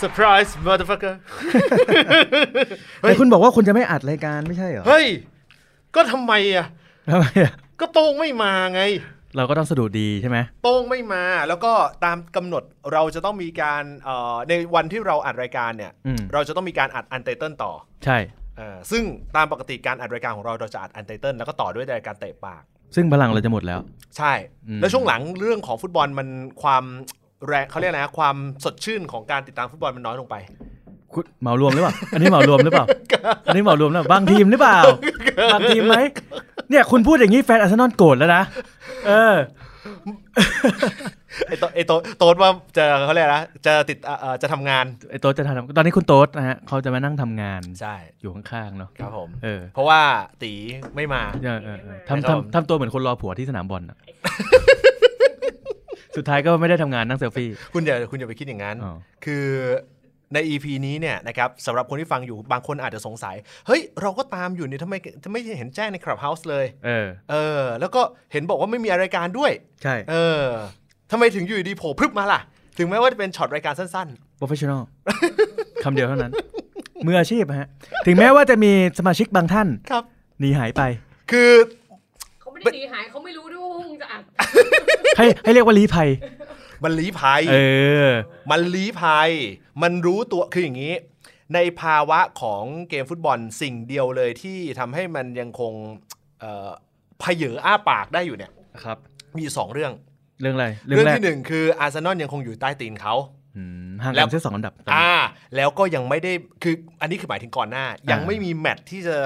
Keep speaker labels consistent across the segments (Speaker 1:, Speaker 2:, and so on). Speaker 1: surprise motherfucker เฮ้ย
Speaker 2: แต่คุณบอกว่าคุณจะไม่อัดรายการไม่ใช่เหรอ
Speaker 1: เฮ้ย ก็ทำไมอ่ะ
Speaker 2: ทำไมอะ
Speaker 1: ก็โต้งไม่มาไง
Speaker 2: เราก็ต้องสะดุดดีใช่ไหม
Speaker 1: โต้งไม่มาแล้วก็ตามกำหนดเราจะต้องมีการเอ่อในวันที่เราอัดรายการเนี่ย
Speaker 2: อืม
Speaker 1: เราจะต้องมีการอัดอันเตเติลต่อ
Speaker 2: ใช่
Speaker 1: เอ่อซึ่งตามปกติการอัดรายการของเราเราจะอัดอันเตเติลแล้วก็ต่อด้วยรายการเตะปาก
Speaker 2: ซึ่งพลังเราจะหมดแล้ว
Speaker 1: ใช่
Speaker 2: อืม
Speaker 1: แล้วช่วงหลังเรื่องของฟุตบอลมันความแรงเขาเรียกอะไรนะความสดชื่นของการติดตามฟุตบอลมันน้อยลงไป
Speaker 2: คุณเหมารวมหรือเปล่า อันนี้เหมารวม หรือเปล่า อันนี้เหมารวมหรือเปล่าบางทีมหรือเปล่า บางทีมไหม เนี่ยคุณพูดอย่างนี้แฟนอาร์เซนอลโกรธแล้วนะ เออ
Speaker 1: ไอโตไอโตโต๊ดว่าจะเขาเรียกอะไรนะจะติดเอ่อเอ่อจะทำงาน
Speaker 2: ไอโต๊ดจะทำตอนนี้คุณโต๊ดนะฮะเขาจะมานั่งทำงาน
Speaker 1: ใช่
Speaker 2: อยู่ข้างๆเนาะ
Speaker 1: ครับผม
Speaker 2: เออ
Speaker 1: เพราะว่าตีไม่มา
Speaker 2: เออเออเออ
Speaker 1: ครับ
Speaker 2: ทำ
Speaker 1: ผม
Speaker 2: ทำทำตัวเหมือนคนรอผัวที่สนามบอล น่ะ สุดท้ายก็ไม่ได้ทำงานนั่งเซลฟี่
Speaker 1: คุณอย่าคุณอย่าไปคิดอย่างนั้น
Speaker 2: อ๋อ
Speaker 1: คือใน EP นี้เนี่ยนะครับสำหรับคนที่ฟังอยู่บางคนอาจจะสงสัย เฮ้ย เราก็ตามอยู่นี่ทำไมทำไมเห็นแจ้งในคลับเฮาส์เลย
Speaker 2: เออ
Speaker 1: เออ แล้วก็เห็นบอกว่าไม่มีรายการด้วย
Speaker 2: ใช่
Speaker 1: เออทำไมถึงอยู่ดีๆโผล่พรึบมาล่ะ ถึงแม้ว่าจะเป็นช็อตรายการสั้น
Speaker 2: โปรเฟชชั่นอล คำเดียวเท่านั้น มืออาชีพฮะ ถึงแม้ว่าจะมีสมาชิกบางท่าน
Speaker 1: ๆ ครับ
Speaker 2: หนีหายไป
Speaker 1: คือ
Speaker 3: เขาไม่ได้หนีหายเขาไม่รู้ด้วยว่าพวกมึงจะอัด
Speaker 2: ให้ให้เรียกว่าลีภัย
Speaker 1: มันลี้ภัย
Speaker 2: เออ
Speaker 1: มันลี้ภัย มันรู้ตัว คืออย่างนี้ ในภาวะของเกมฟุตบอลสิ่งเดียวเลยที่ทำให้มันยังคงเอ่อเพเยออ้าปากได้อยู่เนี่ย
Speaker 2: ครับ
Speaker 1: มีอยู่สองเรื่อง
Speaker 2: เรื่องอะไร
Speaker 1: เรื่อง
Speaker 2: แรก
Speaker 1: ที่หนึ่งคืออาร์เซนอลยังคงอยู่ใต้ตีนเขา
Speaker 2: อืมห่าง
Speaker 1: แล้
Speaker 2: กั
Speaker 1: ว
Speaker 2: นแค่สองอันดับตอนนี้
Speaker 1: อ่า แล้วก็ยังไม่ได้ คือ อันนี้คือหมายถึงก่อนหน้า ยัง
Speaker 2: อ่า
Speaker 1: ไม่มีแมตช์ที่จะ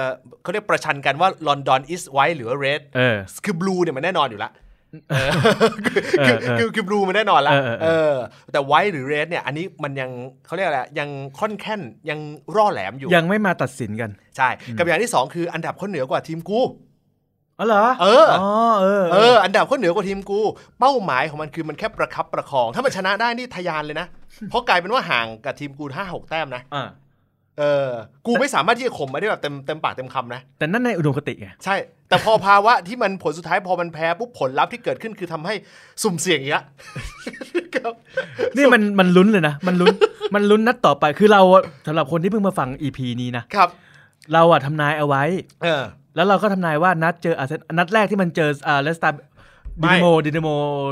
Speaker 1: เขาเรียกประชันกันว่าลอนดอนอิสไวท์หรือว่าเรด
Speaker 2: เออ
Speaker 1: คือบลูเนี่ยมันแน่นอนอยู่ละเออ
Speaker 2: เอ
Speaker 1: คือ
Speaker 2: อเออ
Speaker 1: คือคือบลูมันแน่นอนละ
Speaker 2: เออ
Speaker 1: เอ
Speaker 2: เออเออ
Speaker 1: อ แต่ไวท์หรือเรดเนี่ยอันนี้มันยังเขาเรียกอะไรยังค่อนแค่นยังร่อแหลมอยู่
Speaker 2: ยังไม่มาตัดสินกัน
Speaker 1: ใช่ กับอย่างที่สองคืออันดับเขาเหนือกว่าทีมกู
Speaker 2: อ๋อเหรอ
Speaker 1: เอออ๋
Speaker 2: อเออ
Speaker 1: เอออันดับเขาเหนือกว่าทีมกู เป้าหมายของมันคือมันแค่ประคับประคอง ถ้ามันชนะได้นี่ทะยานเลยนะ เพราะกลายเป็นว่าห่างกับทีมกูห้าหกแต้มนะ
Speaker 2: อ่ะ
Speaker 1: เออกูไม่สามารถที่จะข่มมาได้แบบเต็มเต็มปากเต็มคำนะ
Speaker 2: แต่นั่นในอุดมคติไง
Speaker 1: ใช่ แต่พอภาวะที่มันผลสุดท้ายพอมันแพ้ปุ๊บผลลัพธ์ที่เกิดขึ้นคือทำให้สุ่มเสี่ยงอีกละครับ
Speaker 2: นี่มันมันลุ้นเลยนะ มันลุ้น มันลุ้นนัดต่อไป คือเราอะสำหรับคนที่เพิ่งมาฟัง EP นี้นะ
Speaker 1: ครับ
Speaker 2: เราอะทำนายเอาไว้
Speaker 1: เออ
Speaker 2: แล้วเราก็ทำนายว่านัดเจออาร์เซนนัดแรกที่มันเจออ่าเลสตา
Speaker 1: ไม่
Speaker 2: ดินโมดินโม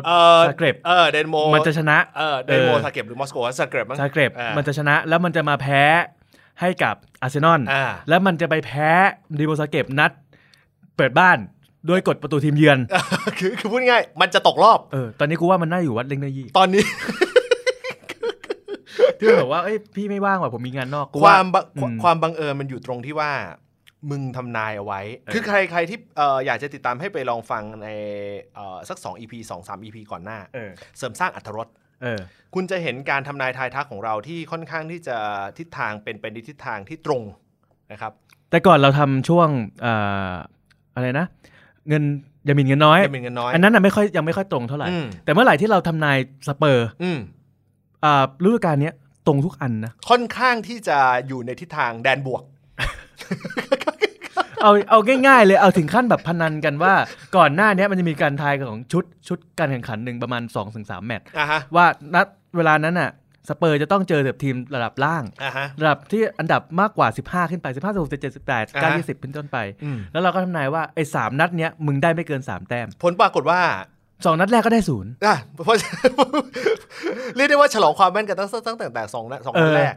Speaker 1: เออ
Speaker 2: ซาเกร็บ
Speaker 1: เออเดนโม
Speaker 2: มันจะชนะ
Speaker 1: เออเดนโม
Speaker 2: เออ
Speaker 1: ซาเกร็บหรือมอสโกซาเกร็บมั้ง
Speaker 2: ซาเกร็บ
Speaker 1: ออ
Speaker 2: มันจะชนะ แล้วมันจะมาแพ้ให้กับอาร์เซนอล
Speaker 1: อ่า
Speaker 2: แล้วมันจะไปแพ้ดินโมซาเกร็บนัด เปิดบ้านด้วยกฎประตูทีมเยือน
Speaker 1: คือ คือพูดง่ายๆมันจะตกรอบ
Speaker 2: เออ ตอนนี้กูว่ามันน่าอยู่วัดเล้งเนอยี่
Speaker 1: ตอนนี้
Speaker 2: ที่บอกว่าเอ้ยพี่ไม่ว่างว่ะผมมีงานนอกกู
Speaker 1: ความบัง
Speaker 2: อืม
Speaker 1: ความบังเอิญมันอยู่ตรงที่ว่า มึงทำนายเอาไว้
Speaker 2: เออ
Speaker 1: คือใครใครที่เอออยากจะติดตามให้ไปลองฟังในเออสัก 2 EP 2 3 EP ก่อนหน้า
Speaker 2: เออ
Speaker 1: เสริมสร้างอัตรรส
Speaker 2: เออ
Speaker 1: คุณจะเห็นการทำนายทายทักของเราที่ค่อนข้างที่จะทิศทางเป็นไปในทิศทางที่ตรงนะครับ
Speaker 2: แต่ก่อนเราทำช่วงเอ่ออะไรนะ เงินอย่าหมิ่นเงินน้อย
Speaker 1: จะเป็นเงินน้อย
Speaker 2: อันนั้นน่ะไม่ค่อยยังไม่ค่อยตรงเท่าไหร่
Speaker 1: อืม
Speaker 2: แต่เมื่อไหร่ที่เราทำนายสเปอร์
Speaker 1: อืม
Speaker 2: อ่าฤดูกาลเนี้ยตรงทุกอันนะ
Speaker 1: ค่อนข้างที่จะอยู่ในทิศทางแดนบวก
Speaker 2: เอาเอาง่ายๆเลยเอาถึงขั้นแบบพนันกันว่า ก่อนหน้าเนี้ยมันจะมีการทายของชุดชุดการแข่งขันหนึ่งประมาณ2อถึงสแมตช์
Speaker 1: อ่ะฮะ
Speaker 2: ว่านัดเวลานั้นน่ะสเปอร์จะต้องเจอแบบทีมระดับล่าง
Speaker 1: อ่ะฮะ
Speaker 2: ระดับที่อันดับมากกว่า 15 ขึ้นไป 15 16 17 18
Speaker 1: อ่าฮะ
Speaker 2: 9 20เป็นต้นไป
Speaker 1: อืม
Speaker 2: แล้วเราก็ทำนายว่าไอ้สามนัดเนี้ยมึงได้ไม่เกินสามแต้ม
Speaker 1: ผลปรากฏว่า
Speaker 2: สองนัดแรกก็ได้ศูนย์
Speaker 1: อ่ะเพราะ เรียกได้ว่าฉลองความแม่นกันตั้งตั้งตั้งแต่สองนะสองนัด
Speaker 2: เออ
Speaker 1: แรก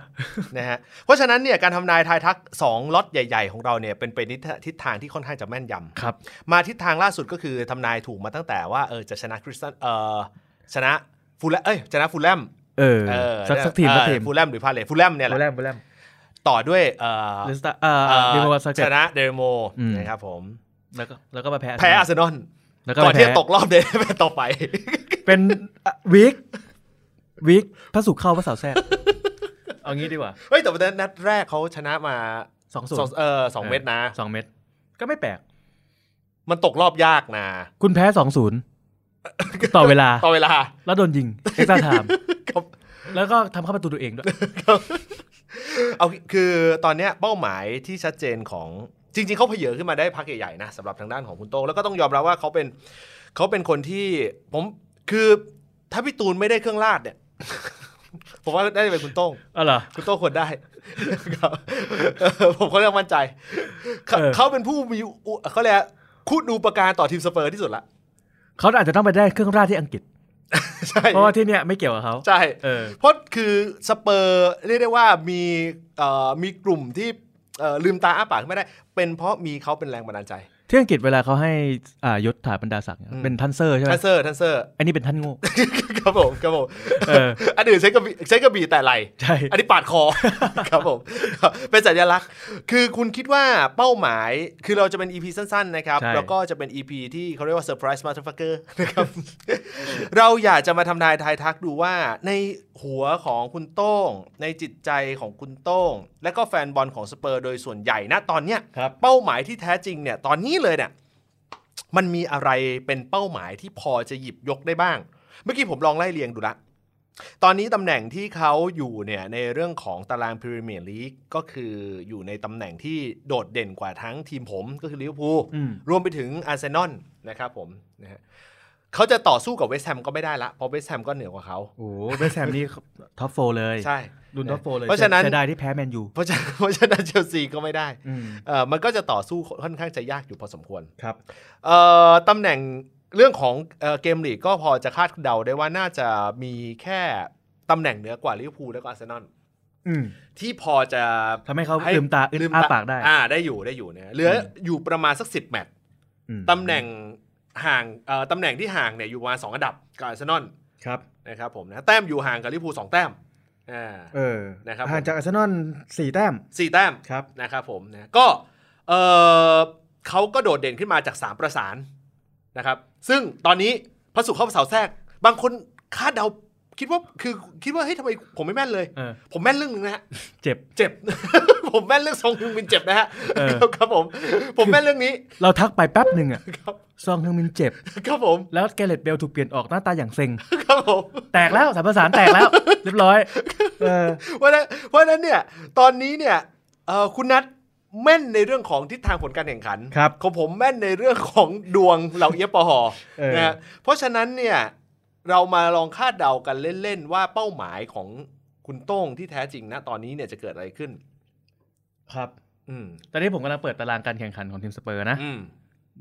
Speaker 1: นะฮะ เพราะฉะนั้นเนี่ยการทำนายทายทักสองล็อตใหญ่ ๆ ของเราเนี่ยเป็นไปในทิศทางที่ค่อนข้างจะแม่นยำ
Speaker 2: ครับ
Speaker 1: มาทิศทางล่าสุดก็คือทำนายถูกมาตั้งแต่ว่าเออจะชนะคริสตันเออชนะฟูลแลมเอ้ยชนะฟูลแลม
Speaker 2: เออ
Speaker 1: เออ
Speaker 2: สักสักทีมสักทีม
Speaker 1: เออฟูลแลมหรือพาเลทฟูลแลมเนี่ยแห
Speaker 2: โบ
Speaker 1: ละ
Speaker 2: แลมโบแลม
Speaker 1: ต่อด้วยเออ
Speaker 2: เลสเตอร์เอ่อ
Speaker 1: เอ่อ
Speaker 2: เดโมวาสเก
Speaker 1: ช
Speaker 2: ต
Speaker 1: นะเดรโม
Speaker 2: อืม
Speaker 1: นะครับผม
Speaker 2: แล้วก็แล้วก็มาแพ้
Speaker 1: แพ้อาร์เซนอล
Speaker 2: แล้วก็
Speaker 1: ก่อน
Speaker 2: มา
Speaker 1: ที่
Speaker 2: แพ้
Speaker 1: จะตกรอบเดนแมตช์ ต่อไป
Speaker 2: เป็น วิกวิกพระสุขเข้าพระเสาร์แทรกเอางี้ดีกว่า
Speaker 1: เฮ้ยแต่วันนั้นนัดแรกเขาชนะมา
Speaker 2: สองศูน
Speaker 1: สอง
Speaker 2: ย์
Speaker 1: เออสองเม็ดนะ
Speaker 2: สองเม็ดก็ไม่แปลก
Speaker 1: มันตกรอบยากนะ
Speaker 2: คุณแพ้สอง ศูนย์ต่อเวลา
Speaker 1: ต่อเวลา
Speaker 2: แล้วโดนยิงเอ็กซ์ตาไท ม์
Speaker 1: ครับ
Speaker 2: แล้วก็ทำเข้าประตูตัวเองด้วย
Speaker 1: เอาคือตอนเนี้ยเป้าหมายที่ชัดเจนของจริง ๆเขาเผยขึ้นมาได้พักใหญ่ๆนะสำหรับทางด้านของคุณโต้งแล้วก็ต้องยอมรับว่าเขาเป็น เขาเป็นคนที่ผมคือถ้าพี่ตูนไม่ได้เครื่องราดเนี่ย ผมว่าได้เป็นคุณโต้ง
Speaker 2: อ๋อเหรอ
Speaker 1: คุณโต้งควรได้ ครับเออผมก็เรียกมั่นใจเขา
Speaker 2: เออ
Speaker 1: เขาเป็นผู้มีอุเขาเรียกอะไรคุณดูประการต่อทีมสเปอร์ที่สุดละ
Speaker 2: เขาอาจจะต้องไปได้เครื่องราชที่อังกฤษ
Speaker 1: ใช่
Speaker 2: เพราะว่าที่เนี่ยไม่เกี่ยวกับเขา
Speaker 1: ใช่
Speaker 2: เออ
Speaker 1: เพราะคือสเปอร์เรียกได้ว่ามีเอ่อมีกลุ่มที่เอ่อลืมตาอ้าปากไม่ได้ เป็นเพราะมีเขาเป็นแรงบันดาลใจ
Speaker 2: ที่อังกฤษเวลาเขาให้อ่ายศถาบรรดาศักดิ์เนี่ย
Speaker 1: อืม
Speaker 2: เป็นท่านเซอร์ใช่ไหม
Speaker 1: ทันเซอร์ทันเซอร์
Speaker 2: อันนี้เป็นท่านโง่
Speaker 1: ครับผมครับผม
Speaker 2: เออ
Speaker 1: อันอื่นใช้กระบี่ใช้กระบี่แต่ไหล
Speaker 2: ใช่
Speaker 1: อันนี้ปาดคอ ครับผมครับเป็นสัญลักษณ์ คือคุณคิดว่าเป้าหมายคือเราจะเป็น EP สั้นๆ นะครับ
Speaker 2: ใช่
Speaker 1: แล้วก็จะเป็น EP ที่เขาเรียกว่า Surprise Motherfucker นะครับ เราอยากจะมาทำนายทายทักดูว่าในหัวของคุณโต้ง ในจิตใจของคุณโต้ง และก็แฟนบอลของสเปอร์โดยส่วนใหญ่นะตอนเนี้ย
Speaker 2: ครับ
Speaker 1: เป้าหมายที่แท้จริงเนี่ยตอนนี้เลยเนี่ยมันมีอะไรเป็นเป้าหมายที่พอจะหยิบยกได้บ้าง เมื่อกี้ผมลองไล่เรียงดูละ ตอนนี้ตำแหน่งที่เขาอยู่เนี่ยในเรื่องของตารางพรีเมียร์ลีกก็คืออยู่ในตำแหน่งที่โดดเด่นกว่าทั้งทีมผมก็คือลิเวอร์พูล
Speaker 2: อืม
Speaker 1: รวมไปถึงอาร์เซนอลนะครับผมนะฮะเขาจะต่อสู้กับเวสต์แฮมก็ไม่ได้ละเพราะเวสต์แฮมก็เหนือกว่าเขา
Speaker 2: โอ้โหเวสต์แฮม นี่ท็อปโฟเลย
Speaker 1: ใช่
Speaker 2: ดุนท็อปโฟเลย
Speaker 1: เพราะฉะนั้น
Speaker 2: สียดายที่แพ้แมนยู
Speaker 1: เพราะฉะนั้น เพราะฉะนั้นเชลซีก็ไม่ได้
Speaker 2: อืม
Speaker 1: เออมันก็จะต่อสู้ค่อนข้างจะยากอยู่พอสมควร
Speaker 2: ครับ
Speaker 1: เอ่อตำแหน่งเรื่องของเอ่อเกมลีกก็พอจะคาดเดาได้ว่าน่าจะมีแค่ตำแหน่งเหนือกว่าลิเวอร์พูลและก็อาร์เซนอล
Speaker 2: อืม
Speaker 1: ที่พอจะ
Speaker 2: ทำให้เขาลืมตาอึด
Speaker 1: ลืม
Speaker 2: อ้า
Speaker 1: ต
Speaker 2: ปากได้
Speaker 1: อ่าได้อยู่ได้อยู่เนี่ยเหลือออยู่ประมาณสักสิบแมตช์
Speaker 2: อืม
Speaker 1: ตำแหน่งห่างเอ่อตำแหน่งที่ห่างเนี่ยอยู่ประมาณสองอันดับกับอาร์เซนอล
Speaker 2: ครับ
Speaker 1: นะครับผมนะแต้มอยู่ห่างกับลิเวอร์พูลสองแต้มอ่า
Speaker 2: เออ
Speaker 1: นะครับ
Speaker 2: ห่างจากอาร์เซนอลสี่แต้ม
Speaker 1: สี่แต้ม
Speaker 2: ครับ
Speaker 1: นะครับผมนะก็เอ่อเขาก็โดดเด่นขึ้นมาจากสามประสานนะครับ ซึ่งตอนนี้พระสุขเข้าเสาแทรก บางคนคาดเดาคิดว่าคือคิดว่าเฮ้ยทำไมผมไม่แม่นเลย
Speaker 2: เออ
Speaker 1: ผมแม่นเรื่องหนึงนะฮะ
Speaker 2: เจ็บ
Speaker 1: เจ็บ ผมแม่นเรื่องทรงฮึงมินเจ็บนะฮะ
Speaker 2: เออ
Speaker 1: ครับครับผมผมแม่นเรื่องนี้
Speaker 2: เราทักไปแป๊บหนึ่งอะ
Speaker 1: ครับ
Speaker 2: ซองฮึงมินเจ็บ
Speaker 1: ครับผม
Speaker 2: แล้วแกเรตเบลถูกเปลี่ยนออกหน้าตาอย่างเซ็ง
Speaker 1: ครับผม
Speaker 2: แตกแล้วสามประสานแตก แล้ว เรียบร้อย เออ
Speaker 1: เพราะฉะนั้นเพราะฉะนั้นเนี่ยตอนนี้เนี่ยเอ่อคุณนัทแม่นในเรื่องของทิศทางผลการแข่งขัน
Speaker 2: ครับ
Speaker 1: ของผมแม่นในเรื่องของดวงเหล่าเอียปอหอ
Speaker 2: เออ
Speaker 1: นะฮะเพราะฉะนั้นเนี่ยเรามาลองคาดเดากันเล่นๆว่าเป้าหมายของคุณโต้งที่แท้จริงนะตอนนี้เนี่ยจะเกิดอะไรขึ้น
Speaker 2: ครับ
Speaker 1: อืม
Speaker 2: ตอนนี้ผมกำลังเปิดตารางการแข่งขันของทีมสเปอร์นะ
Speaker 1: อืม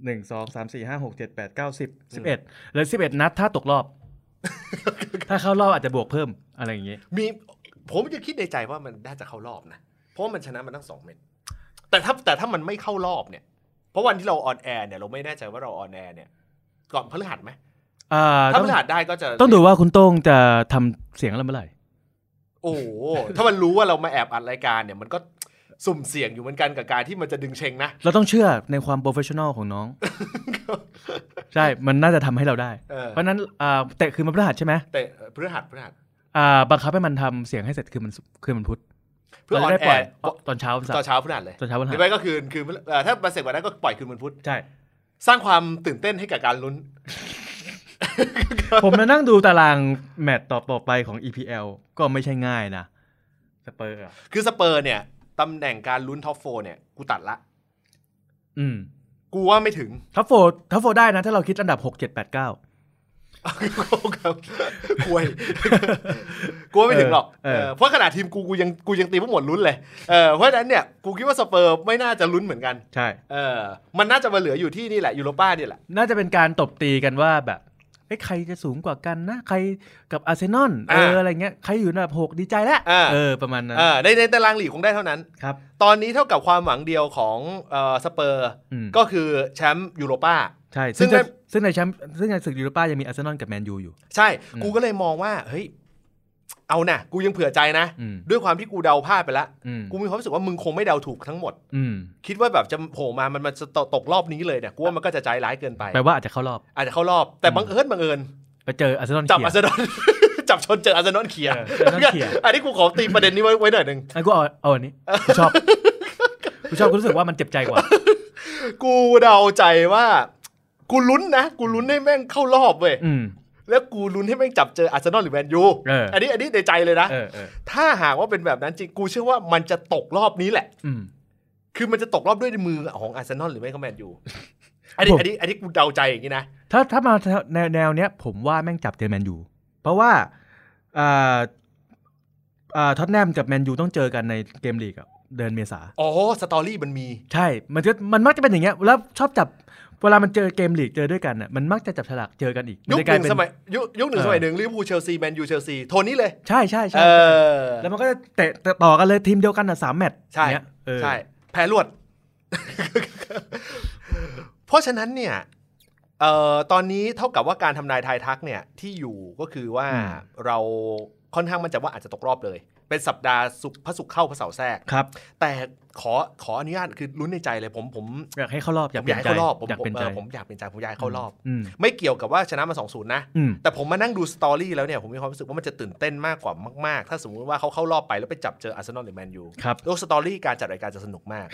Speaker 2: หนึ่งสองสามสี่ห้าหกเจ็ดแปดเก้าสิบสิบเอ็ดเหลือสิบเอ็ดนัดถ้าตกรอบ ถ้าเข้ารอบอาจจะบวกเพิ่มอะไรอย่างเงี้ย
Speaker 1: มีผมจะคิดในใจว่ามันน่าจะเข้ารอบนะ เพราะว่ามันชนะมันตั้งสองเม็ดแต่ถ้าแต่ถ้ามันไม่เข้ารอบเนี่ยเพราะวันที่เราออนแอร์เนี่ยเราไม่แน่ใจว่าเราออนแอร์เนี่ยก่อนพฤหัสไหม
Speaker 2: อ่า
Speaker 1: ถ้า
Speaker 2: ต้
Speaker 1: พ
Speaker 2: อง
Speaker 1: ฤหัสได้ก็จะ
Speaker 2: ต้องดูว่าคุณโต้งจะทำเสียงอะไรเมื่อไหร่
Speaker 1: โอ้โห ถ้ามันรู้ว่าเรามาแอบอัดรายการเนี่ย มันก็สุ่มเสี่ยงอยู่เหมือนกันกับการที่มันจะดึงเชงนะ
Speaker 2: เราต้องเชื่อในความโปรเฟชชั่นอลของน้อง ใช่ มันน่าจะทำให้เราได้
Speaker 1: เออ
Speaker 2: เพราะฉะนั้นอ่าเตะคืนมันพฤหัสใช่ไหม
Speaker 1: แต่พฤหัสพฤหัส
Speaker 2: อ่าบังคับให้มันทำเสียงให้เสร็จคืนมันศุกร์คืนมันพุธ
Speaker 1: เพื่ออ
Speaker 2: เรา
Speaker 1: อน
Speaker 2: จะได้
Speaker 1: แอ
Speaker 2: ปล่อย
Speaker 1: ร์
Speaker 2: ตอนเช้าวันเสา
Speaker 1: ตอน
Speaker 2: ร์
Speaker 1: เช้าพฤหัสเลย
Speaker 2: ตอนเช้าวัน
Speaker 1: ห
Speaker 2: หั
Speaker 1: รือ
Speaker 2: ส
Speaker 1: ไม่ก็คืนคืนพฤเอ่อถ้ามาเสร็จกว่านั้นก็ปล่อยคืนวันพุธ
Speaker 2: ใช่
Speaker 1: สร้างความตื่นเต้นให้กับการลุ้น
Speaker 2: ผมมานั่งดูตารางแมตตช์ต่อต่อไปของ EPL ก็ไม่ใช่ง่ายนะสเปอร์อะ
Speaker 1: คือสเปอร์เนี่ยตำแหน่งการลุ้นท็อปโฟเนี่ย กูตัดละ
Speaker 2: อืม
Speaker 1: กูว่าไม่ถึง
Speaker 2: ทัฟโฟทัฟโฟได้นะ ถ้าเราคิดอันดับ 6 7 8
Speaker 1: ค
Speaker 2: 9
Speaker 1: รับกวยกูว่าไม่ถึงหรอก
Speaker 2: เออเออ
Speaker 1: เออเพราะขนาดทีมกูกูยังกูยังตีพวกหมดลุ้นเลยเออเพราะฉะนั้นเนี่ยกูคิดว่าสเปอร์ไม่น่าจะลุ้นเหมือนกัน
Speaker 2: ใช่
Speaker 1: เออ มันน่าจะมาเหลืออยู่ที่นี่แหละยูโรป้าเนี่ยแหละ
Speaker 2: น่าจะเป็นการตบตีกันว่าแบบเอ้ยใครจะสูงกว่ากันนะ ใครกับอาร์เซนอลเออ
Speaker 1: อ่า
Speaker 2: อะไรเงี้ย ใครอยู่อันดับ 6 ดีใจแล้ว
Speaker 1: อ่า
Speaker 2: เออ ประมาณนั้น
Speaker 1: เออในในตารางหลีกคงได้เท่านั้น
Speaker 2: ครับ
Speaker 1: ตอนนี้เท่ากับความหวังเดียวของเออสเปอร์
Speaker 2: อืม
Speaker 1: ก็คือแชมป์ยูโรป้า
Speaker 2: ใช่
Speaker 1: ซึ่
Speaker 2: ซึ่
Speaker 1: ง
Speaker 2: งใน
Speaker 1: ใน
Speaker 2: ซึ่งในแชมป์ซึ่งในศึกยูโรป้ายังมีอาร์เซนอลกับแมนยูอยู่
Speaker 1: ใช่
Speaker 2: อืม
Speaker 1: กูก็เลยมองว่า เฮ้ย เอานะกูยังเผื่อใจนะ
Speaker 2: อืม
Speaker 1: ด้วยความที่กูเดาพลาดไปละ
Speaker 2: อืม
Speaker 1: กูมีความรู้สึกว่ามึงคงไม่เดาถูกทั้งหมด
Speaker 2: อืม
Speaker 1: คิดว่าแบบจะโผล่มามันมันจะตกรอบนี้เลยเนี่ยกูว่ามันก็จะใจร้ายเกินไป
Speaker 2: แปลว่าอาจจะเข้ารอบ
Speaker 1: อาจจะเข้ารอบแต่บังเอิญบังเอิญ
Speaker 2: ไปเจออาร์เซนอล
Speaker 1: จับอา
Speaker 2: เขี่ย
Speaker 1: ร์เซนอล จับชนเจออาร์เซนอลเขีย
Speaker 2: เออเจออาร์เซนอลเขี่ย
Speaker 1: อันนี้กูขอตีประเด็นนี้ไว้ไว้หน่อยหนึ่ง
Speaker 2: อันกูเอาเอาอันนี้กู ชอบกูชอบกูรู้สึกว่ามันเจ็บใจกว่า
Speaker 1: กูเดาใจว่า กูลุ้นนะ กูลุ้นให้แม่งเข้ารอบเว้ย
Speaker 2: อืม
Speaker 1: แล้วกูลุ้นให้แม่งจับเจออาร์เซนอลหรือแมนยู
Speaker 2: เอออั
Speaker 1: นนี้อันนี้ในใจเลยนะ
Speaker 2: เออเออ
Speaker 1: ถ้าหากว่าเป็นแบบนั้นจริงกูเชื่อว่ามันจะตกรอบนี้แหละ
Speaker 2: อืม
Speaker 1: คือมันจะตกรอบด้วยมือของอาร์เซนอลหรือไม่ก็แมน ยูอันนี้
Speaker 2: ผม
Speaker 1: อันนี้อันนี้กูเดาใจอย่างนี้นะ
Speaker 2: ถ้าถ้ามาแนวแนวเนี้ย ผมว่าแม่งจับเจอแมนยูเพราะว่าอ่า อ่าท็อตแนมกับแมนยูต้องเจอกันในเกมลีกอะเดือนเมษา
Speaker 1: อ๋อสตอรี่มันมี
Speaker 2: ใช่ มันก็มันมักจะเป็นอย่างเงี้ย แล้วชอบจับ เวลามันเจอเกมลีกเจอด้วยกันอ่ะ มันมักจะจับฉลากเจอกันอีก
Speaker 1: ยุค
Speaker 2: จะ
Speaker 1: ห
Speaker 2: กลา
Speaker 1: นึ่ง
Speaker 2: เป็น
Speaker 1: สมัยยุคยุคหนึ่ง
Speaker 2: เออ
Speaker 1: สมัยหนึ่งลิเวอร์พูลเชลซีแมนยูเชลซีโทนนี้เลย
Speaker 2: ใช่ใช่ใช่
Speaker 1: เออ
Speaker 2: แล้วมันก็จะเตะเตะต่อกันเลยทีมเดียวกันอ่ะสามแมตช์
Speaker 1: ใช่
Speaker 2: เนี้ยเออ
Speaker 1: ใช่ แพ้รวด เพราะฉะนั้นเนี่ยเอ่อตอนนี้เท่ากับว่าการทำนายทายทักเนี่ย ที่อยู่ก็คือว่าเราค่อนข้างมั่นใจว่าอาจจะตกรอบเลย เป็นสัปดาห์สุขพระสุขเข้าพระเสาร์แทรก
Speaker 2: ครับ
Speaker 1: แต่ขอขออนุญาตคือลุ้นในใจเลยผมผม
Speaker 2: อยากให้เข้ารอบอยาก
Speaker 1: ผม
Speaker 2: เป
Speaker 1: อยา
Speaker 2: ลี่
Speaker 1: ยกให้
Speaker 2: นใจ
Speaker 1: เข้ารอบผม
Speaker 2: อยาก
Speaker 1: ผ
Speaker 2: เปลี่
Speaker 1: ม
Speaker 2: ยน
Speaker 1: เอ
Speaker 2: ใจ
Speaker 1: อผมอยากเป็นใจผมอยากให้เข้ารอบ
Speaker 2: อืม
Speaker 1: ไม่เกี่ยวกับว่าชนะมาสองศูนย์นะ
Speaker 2: อืม
Speaker 1: แต่ผมมานั่งดูสตอรี่แล้วเนี่ยผมมีความรู้สึกว่ามันจะตื่นเต้นมากกว่ามาก ๆ ถ้าสมมติว่าเขาเข้ารอบไปแล้วไปจับเจออาร์เซนอลหรือแมนยู
Speaker 2: ครับ
Speaker 1: โลกสตอรี่การจัดรายการจะสนุกม าก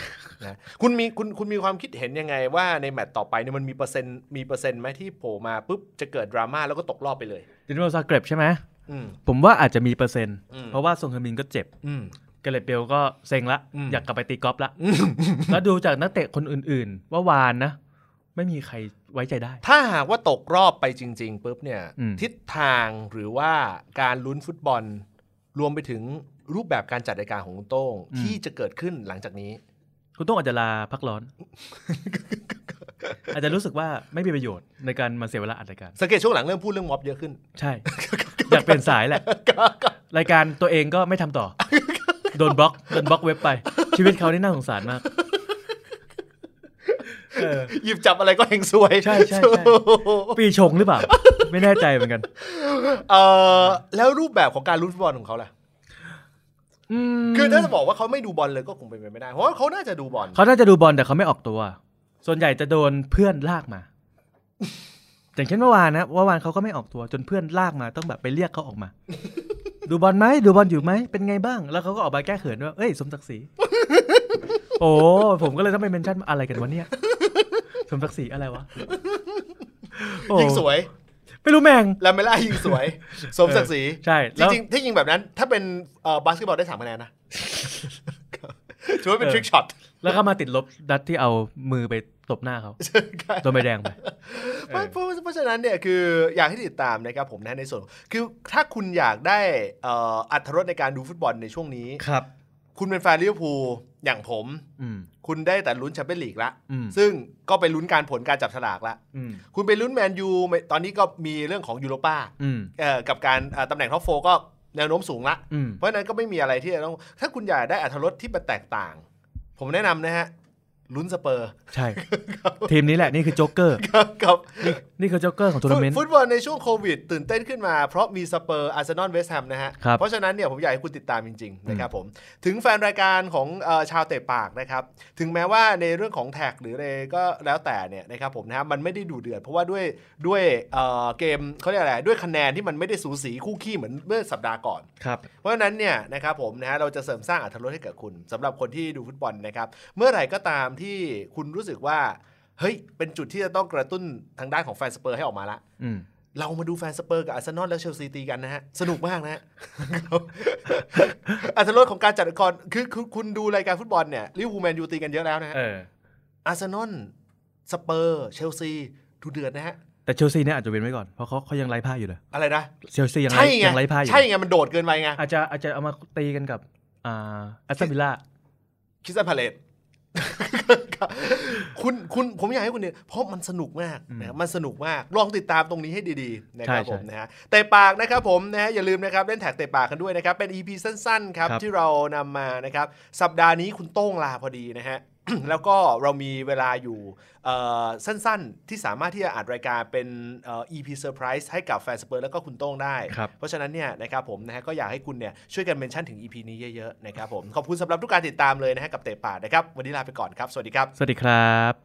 Speaker 1: นะคุณมีคุณคุณมีความคิดเห็นยังไงว่าในแมตต์ต่อไปเนี่ยมันมีเปอร์เซ็นต์มีเปอร์เซ็นต์ไหมที่โผล่มาปุ๊บจะเกิดดราม่าแล้วก็ตกรอบไปเลย
Speaker 2: ดินโนซาเกร็บใช่ไหม
Speaker 1: อืม
Speaker 2: ผมว่าอาจจะมีเปอร์เซ็นต์
Speaker 1: อืม
Speaker 2: เพราะว่าซงเฮมินก็เจ็บ
Speaker 1: อืม
Speaker 2: เกเรตเบลก็เซ็งละ
Speaker 1: อืม
Speaker 2: อยากกลับไปตีกอล์ฟละ แล้วดูจากนักเตะคนอื่นๆ ว่าวานนะ ไม่มีใครไว้ใจได้
Speaker 1: ถ้าหากว่าตกรอบไปจริง ๆปุ๊บเนี่ย
Speaker 2: อืม
Speaker 1: ทิศทางหรือว่าการลุ้นฟุตบอล รวมไปถึงรูปแบบการจัดรายการของคุณโต้งที่จะเกิดขึ้นหลังจากนี้
Speaker 2: คุณต้องอาจจะลาพักร้อน อาจจะรู้สึกว่าไม่มีประโยชน์ในการมาเสียเวลาอัดรายการ
Speaker 1: สังเกตช่วงหลังเริ่มพูดเรื่องม็อบเยอะขึ้น
Speaker 2: ใช่ อยากเปลี่ยนสายแหละ รายการตัวเองก็ไม่ทำต่อ โดนบล็อกโดนบล็อกเว็บไป ชีวิตเขานี่น่าสงสารมากเออ
Speaker 1: หยิบจับอะไรก็เฮงซวย
Speaker 2: ใช่ใช่ใช่ ปีชงหรือเปล่า ไม่แน่ใจเหมือนกัน
Speaker 1: เออแล้วรูปแบบของการลุ้นฟุตบอลของเขาล่ะ
Speaker 2: อืม
Speaker 1: คือถ้าจะบอกว่าเขาไม่ดูบอลเลยก็คงเป็นไปไม่ได้ เพราะว่าเขาน่าจะดูบอล
Speaker 2: เขาน่าจะดูบอลแต่เขาไม่ออกตัว ส่วนใหญ่จะโดนเพื่อนลากมา อย่างเช่นเมื่อวานนะเมื่อวานเขาก็ไม่ออกตัว จนเพื่อนลากมาต้องแบบไปเรียกเขาออกมา ดูบอลไหมดูบอลอยู่ไหมเป็นไงบ้าง แล้วเขาก็ออกมาแก้เขินว่าเอ้ยสมศักดิ์ศรี โอ้ผมก็เลยต้องไปเมนชั่นอะไรกันวะเนี่ย สมศักดิ์ศรีอะไรวะโอ้
Speaker 1: ยิงสวย
Speaker 2: ไม่รู้แมง
Speaker 1: แลาเมล่ายิงส วย สมศักดิ์ศรี
Speaker 2: ใช่
Speaker 1: จ
Speaker 2: แล้ว
Speaker 1: ริงๆถ้ายิงแบบนั้น ถ้าเป็นเอ่อบาสเกตบอลได้สามคะแนน นะถือว่าเป็น
Speaker 2: เออ
Speaker 1: ทริกช็อต
Speaker 2: แล้วก็มาติดลบดัดที่เอามือไปตบหน้าเขาโดนใบแดงไป
Speaker 1: เพราะเพราะเพราะฉะนั้นเนี่ยคืออยากให้ติดตามนะครับผมนะในส่วน คือถ้าคุณอยากได้เอ่ออัตรรสในการดูฟุตบอลในช่วงนี้
Speaker 2: ครับ
Speaker 1: คุณเป็นแฟนลิเวอร์พูลอย่างผม
Speaker 2: อืม
Speaker 1: คุณได้แต่ลุ้นแชมเปี้ยนลีกละ
Speaker 2: อืม
Speaker 1: ซึ่งก็ไปลุ้นการผลการจับฉลากละ
Speaker 2: อืม
Speaker 1: คุณไปลุ้นแมนยูไม่ตอนนี้ก็มีเรื่องของยูโรป้า
Speaker 2: อืม
Speaker 1: เอ่อกับการเอ่อตำแหน่งท็อปโฟก็แนวโน้มสูงละ
Speaker 2: อืม
Speaker 1: เพราะฉะนั้นก็ไม่มีอะไรที่จะต้อง ถ้าคุณอยากได้อัตรสที่มันแตกต่าง ผมแนะนำนะฮะ ลุ้นสเปอร์
Speaker 2: ใช่ ทีมนี้แหละนี่คือโจ๊กเกอร์
Speaker 1: ครับครับ
Speaker 2: นี่คือโจ๊กเกอร์ของทัวร์นาเมนต์
Speaker 1: ฟุตบอลในช่วงโควิด ตื่นเต้นขึ้นมาเพราะมีสเปอร์อาร์เซนอลเวสต์แฮมนะฮะ
Speaker 2: ครับ
Speaker 1: เพราะฉะนั้นเนี่ยผมอยากให้คุณติดตามจริง ๆ นะครับผม ถึงแฟนรายการของเอ่อชาวเตะปากนะครับ ถึงแม้ว่าในเรื่องของแท็กหรืออะไรก็แล้วแต่เนี่ยนะครับผมนะฮะมันไม่ได้ดูเดือด เพราะว่าด้วยด้วยเอ่อเกมเขาเรียกอะไรด้วยคะแนนที่มันไม่ได้สูสีคู่ขี้เหมือนเมื่อสัปดาห์ก่อน
Speaker 2: ครับ
Speaker 1: เพราะฉะนั้นเนี่ยนะครับผมนะฮะเราจะเสริมสร้างอรรถรสให้กับคุณสำหรับคนที่ดูฟุตบอลนะครับ เมื่อไหร่ก็ตามที่คุณรู้สึกว่า เฮ้ย เป็นจุดที่จะต้องกระตุ้นทางด้านของแฟนสเปอร์ให้ออกมาละ
Speaker 2: อืม
Speaker 1: เรามาดูแฟนสเปอร์กับอาร์เซนอลและเชลซีตีกันนะฮะ สนุกมากนะฮ ะ อรรถรสของการจัดกรคือคือคุณดูรายการฟุตบอลเนี่ยลิเวอร์พูลแมนยูตีกันเยอะแล้วนะฮะ
Speaker 2: เออ
Speaker 1: อาร์เซนอลสเปอร์เชลซีดูเดือดนะฮะ
Speaker 2: แต่เชลซีเนี่ยอาจจะเว้นไว้ก่อน เพราะเขาเขายังไร้ผ้าอยู่เลย
Speaker 1: อะไรนะ
Speaker 2: เชลซียังไร้
Speaker 1: ใช่ไง
Speaker 2: ยังไร้ผ้าอยู่
Speaker 1: ใช่ไงมันโดดเกินไปไง
Speaker 2: อาจจะอาจจะเอามาตีกันกับ อ่าแอสตันวิลล่า
Speaker 1: คิสตันพาเลต คุณคุณผมอยากให้คุณเนี่ยเพราะมันสนุกมากนะมันสนุกมากลองติดตามตรงนี้ให้ดีๆนะครับ
Speaker 2: ใช่
Speaker 1: ผมนะฮะเตะปากนะครับผมนะฮะอย่าลืมนะครับเล่นแท็กเตะปากกันด้วยนะครับเป็น EP สั้นๆครับ
Speaker 2: ครับ
Speaker 1: ที่เรานำมานะครับสัปดาห์นี้คุณโต้งลาพอดีนะฮ ะ แล้วก็เรามีเวลาอยู่เอ่อสั้นๆ ที่สามารถที่จะอัดรายการเป็นเอ่อ EP Surprise ให้กับแฟนสเปอร์แล้วก็คุณโต้งได้
Speaker 2: ครับ
Speaker 1: เพราะฉะนั้นเนี่ยนะครับผมนะฮะก็อยากให้คุณเนี่ยช่วยกันเมนชั่นถึง EP นี้เยอะๆนะครับผมขอบคุณสำหรับทุกการติดตามเลยนะฮะกับเตะปากนะครับวันนี้ลาไปก่อนครับสวัสดีครับ
Speaker 2: สวัสดีครับ